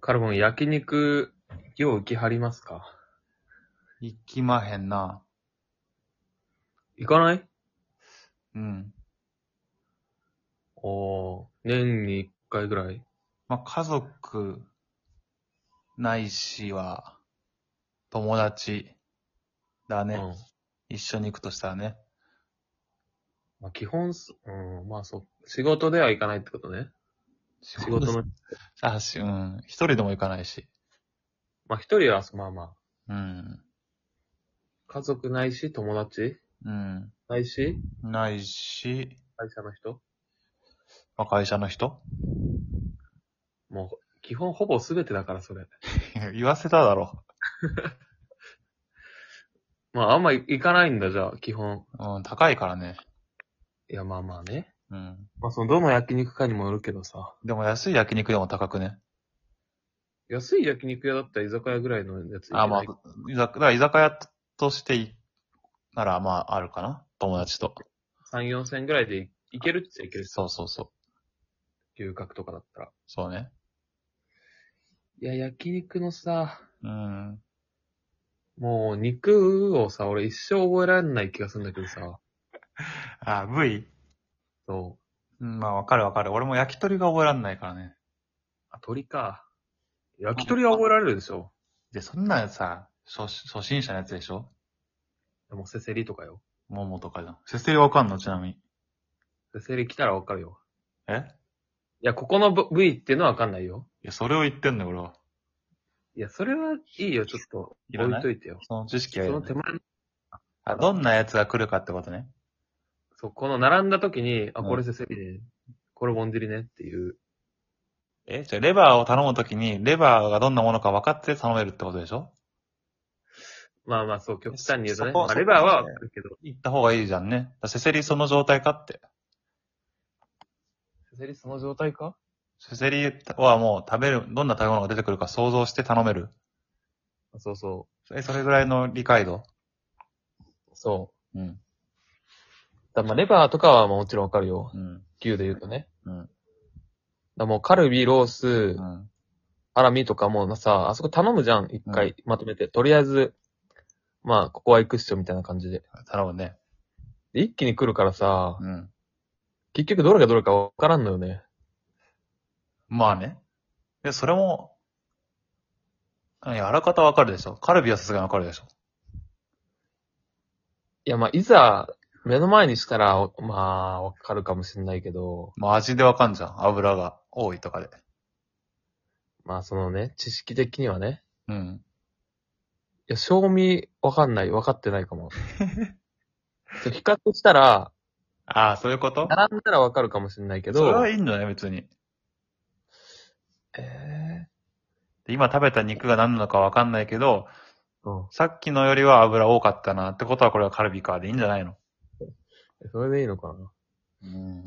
カルボン、焼肉、よう行きはりますか行きまへんな。行かないうん。おー、年に一回ぐらい。まあ、家族、ないしは、友達、だね、うん。一緒に行くとしたらね。まあ、基本す、うん、まあそう。仕事では行かないってことね。仕事の、あ、し、うん。一人でも行かないし。まあ一人は、まあまあ、うん。家族ないし、友達うん。ないし、ないし、会社の人まあ、会社の人 もう、基本ほぼ全てだから、それ。言わせただろ。まああんま行かないんだ、じゃあ、基本。うん、高いからね。いや、まあまあね。うん。まあその、どの焼肉かにもよるけどさ。でも安い焼肉でも高くね。安い焼肉屋だったら居酒屋ぐらいのやつ行けないあ、まあ、居酒だから居酒屋としてい、なら、まあ、あるかな。友達と。 3、4千ぐらいで行けるっちゃ行けるし、そうそうそう。牛角とかだったら。そうね。いや、焼肉のさ、うん。もう肉をさ、俺一生覚えられない気がするんだけどさ、あ、V? そう。うん、まあ、わかるわかる。俺も焼き鳥が覚えらんないからね。あ、鳥か。焼き鳥は覚えられるでしょ。で、そんなんさ、初初心者のやつでしょでもセセリとかよ。モモとかじゃん。せせりわかんのちなみに。セセリ来たらわかるよ。えいや、ここの部部位っていうのはわかんないよ。いや、それを言ってんのよ、俺は。いや、それはいいよ、ちょっと。いら置ないいといてよ。その知識そはいらのない手前、あ、どんなやつが来るかってことね。そう、この並んだ時に、あ、うんこれセセリね。これボンジリねっていう。えじゃあレバーを頼むときに、レバーがどんなものか分かって頼めるってことでしょまあまあ、そう、極端に言うとね。そこまあ、そこレバーはわかるけど、行った方がいいじゃんね。だからせせりその状態かって。セセリその状態かせせりはもう食べる、どんな食べ物が出てくるか想像して頼める。あそうそえ、それぐらいの理解度う。そう。うん。だまあ、レバーとかはまあもちろんわかるよ。うん。牛で言うとね。うん。だもうカルビ、ロースう、ん。ハラミとかもさ、あそこ頼むじゃん、一回まとめて。とりあえず、まあ、ここは行くっしょ、みたいな感じで。頼むね。で一気に来るからさ、うん。結局どれがどれかわからんのよね。まあね。で、それも、いや、あらかたわかるでしょ。カルビはさすがにわかるでしょ。いや、まあ、いざ、目の前にしたら、おまあ、わかるかもしんないけど、まあ味でわかんじゃん。油が多いとかで。まあ、そのね、知識的にはね。うん。いや、賞味わかんない、わかってない かも。そう比較したら、ああ、そういうこと並んだらわかるかもしんないけど、それはいいんじゃない別に。えで今食べた肉が何なのかわかんないけど、ー、うん。さっきのよりは油多かったなってことはこれはカルビかでいいんじゃないのそれでいいのかなうん。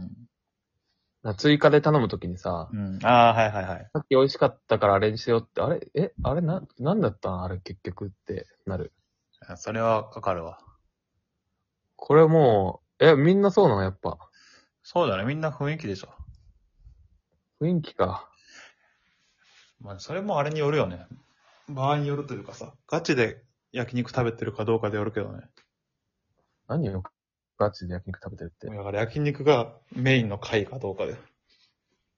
な追加で頼むときにさ、うん。ああ、はいはいはい。さっき美味しかったからあれにしようって、あれえあれな、なんだったんあれ結局ってなる。あそれはわかるわ。これもう、え、みんなそうなのやっぱ。そうだね。みんな雰囲気でしょ。雰囲気か。まあ、それもあれによるよね。場合によるというかさ、ガチで焼肉食べてるかどうかでよるけどね。何よ、ガチで焼肉食べてるって。だから焼肉がメインの回かどうかで。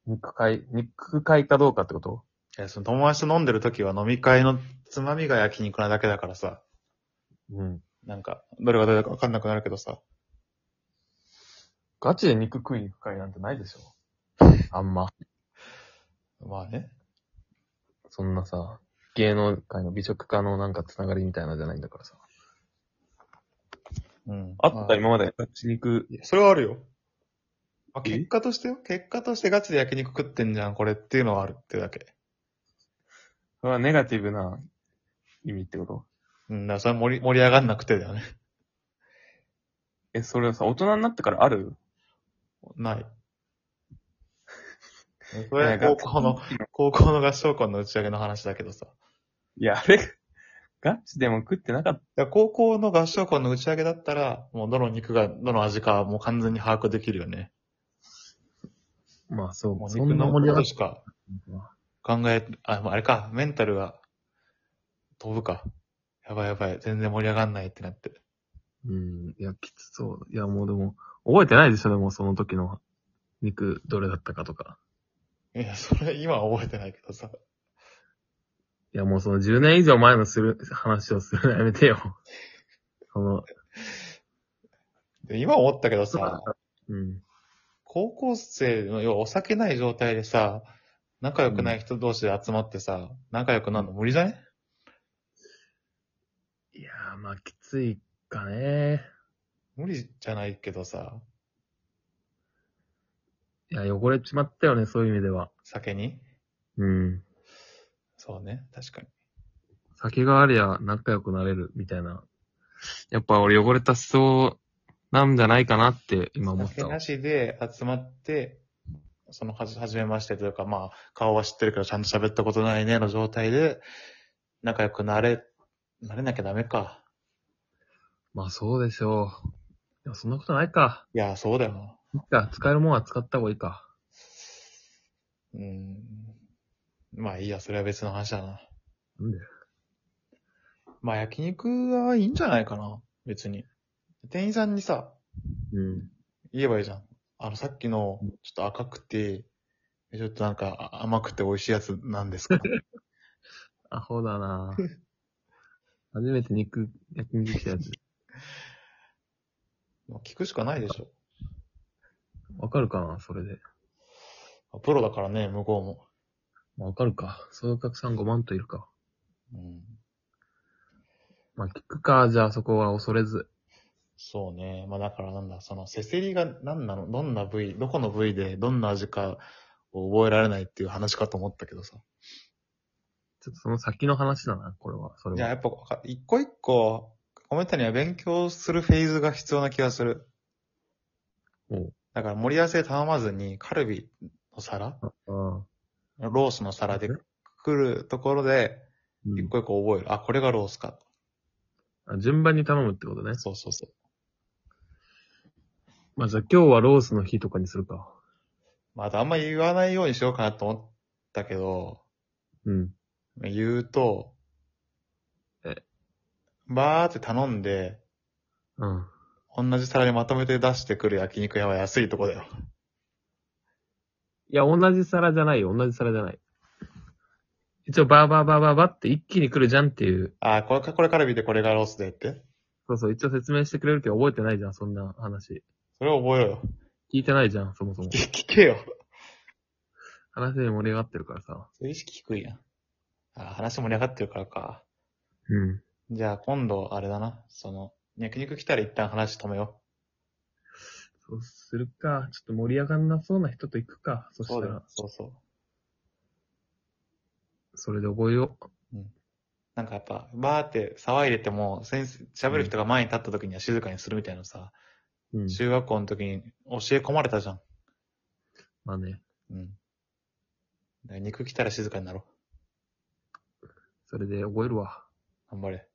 肉会、肉会かどうかってことえ、その友達と飲んでる時は飲み会のつまみが焼肉なだけだからさ、うん。なんか、どれがどれだかわかんなくなるけどさ。ガチで肉食いに行く会なんてないでしょ。 あんま。まあね。そんなさ、芸能界の美食家のなんかつながりみたいなのじゃないんだからさ。うん。今まで。ガチ肉。いやそれはあるよ。まあ、え結果としてよ。結果としてガチで焼肉食ってんじゃん、これっていうのはあるってだけ。それはネガティブな意味ってことうん、だからそれ盛り盛り上がんなくてだよね。え、それはさ、大人になってからある ない。そいれやは高校の、高校の合唱コンの打ち上げの話だけどさ。だかいや、あれ、ガチでも食ってなかった。ら高校の合唱コンの打ち上げだったら、もうどの肉が、どの味かはもう完全に把握できるよね。まあそう、もうそ肉んなの盛り上がことっしか、考え、あ、まああれか、メンタルが飛ぶか。やばいやばい、全然盛り上がんないってなって。うん。いや、きつそう。いや、もうでも、覚えてないでしょ、でも、その時の肉、どれだったかとか。いや、それ今は覚えてないけどさ。いや、もうその10年以上前のする、話をするのやめてよ。 その、で今思ったけどさ、うん。高校生の、要はお酒ない状態でさ、仲良くない人同士で集まってさ、仲良くなるの無理じゃねいやー、まあ、きついかね。無理じゃないけどさ、いや、汚れちまったよね、そういう意味では。酒に。うん。そうね、確かに。酒がありゃ仲良くなれる、みたいな。やっぱ俺汚れたそうなんじゃないかなって今思っ酒たわな。しで集まって、そのはじ、はじめましてというか、まあ、顔は知ってるけど、ちゃんと喋ったことないね、の状態で、仲良くなれ、なれなきゃダメか。まあそうでしょう。でもそんなことないか。いや、そうだよ。いいか、使えるもんは使った方がいいか。うん。まあいいや、それは別の話だな。なんでまあ焼肉はいいんじゃないかな、別に。店員さんにさ、うん。言えばいいじゃん。あの、さっきの、ちょっと赤くて、ちょっとなんかあ甘くて美味しいやつなんですか アホだな初めて肉、焼肉来たやつ。もう聞くしかないでしょ。わかるかなそれで。プロだからね、向こうも。まあわかるか。そういうお客さん5万といるか。うん。まあ聞くか、じゃあそこは恐れず。そうね。まあだからなんだ、その、せせりが何なのどんな部位、どこの部位でどんな味かを覚えられないっていう話かと思ったけどさ。ちょっとその先の話だな、これは。そいれや、やは。っぱ、一個一個、コメントには勉強するフェーズが必要な気がする。おだから盛り合わせ頼まずに、カルビの皿、ああ。ロースの皿でくくるところで、うん一個一個覚える。あ、これがロースか。あ順番に頼むってことね。そうそうそう。まあじゃあ今日はロースの日とかにするか。まあ、あとあんま言わないようにしようかなと思ったけど、うん。言うと、えバーって頼んで、うん。同じ皿にまとめて出してくる焼肉屋は安いとこだよ。いや、同じ皿じゃないよ。同じ皿じゃない。一応、バーバーバーバーバーって一気に来るじゃんっていう。あ、これか、これカルビでこれがロースでって。そうそう、一応説明してくれるけど覚えてないじゃん、そんな話。それを覚えろよ。聞いてないじゃん、そもそも。聞 けよ。話で盛り上がってるからさ。そういう意識低いやん。あ、話盛り上がってるからか。うん。じゃあ今度、あれだな。その、焼肉来たら一旦話止めよ。そうするか。ちょっと盛り上がんなそうな人と行くか。そうしただよら、そうそう。それで覚えよう。なんかやっぱ、バーって騒いでても、先生、喋る人が前に立った時には静かにするみたいなさ、うん。中学校の時に教え込まれたじゃん。まあね、うん。だから肉来たら静かになろそれで覚えるわ。う。頑張れ。